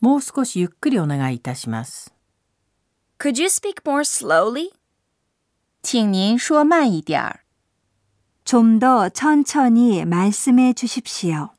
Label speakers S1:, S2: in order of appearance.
S1: もう少しゆっくりお願いいたします。
S2: Could you speak more slowly?
S3: 请您说慢一点儿。
S4: 좀 더 천천히 말씀해 주십시오.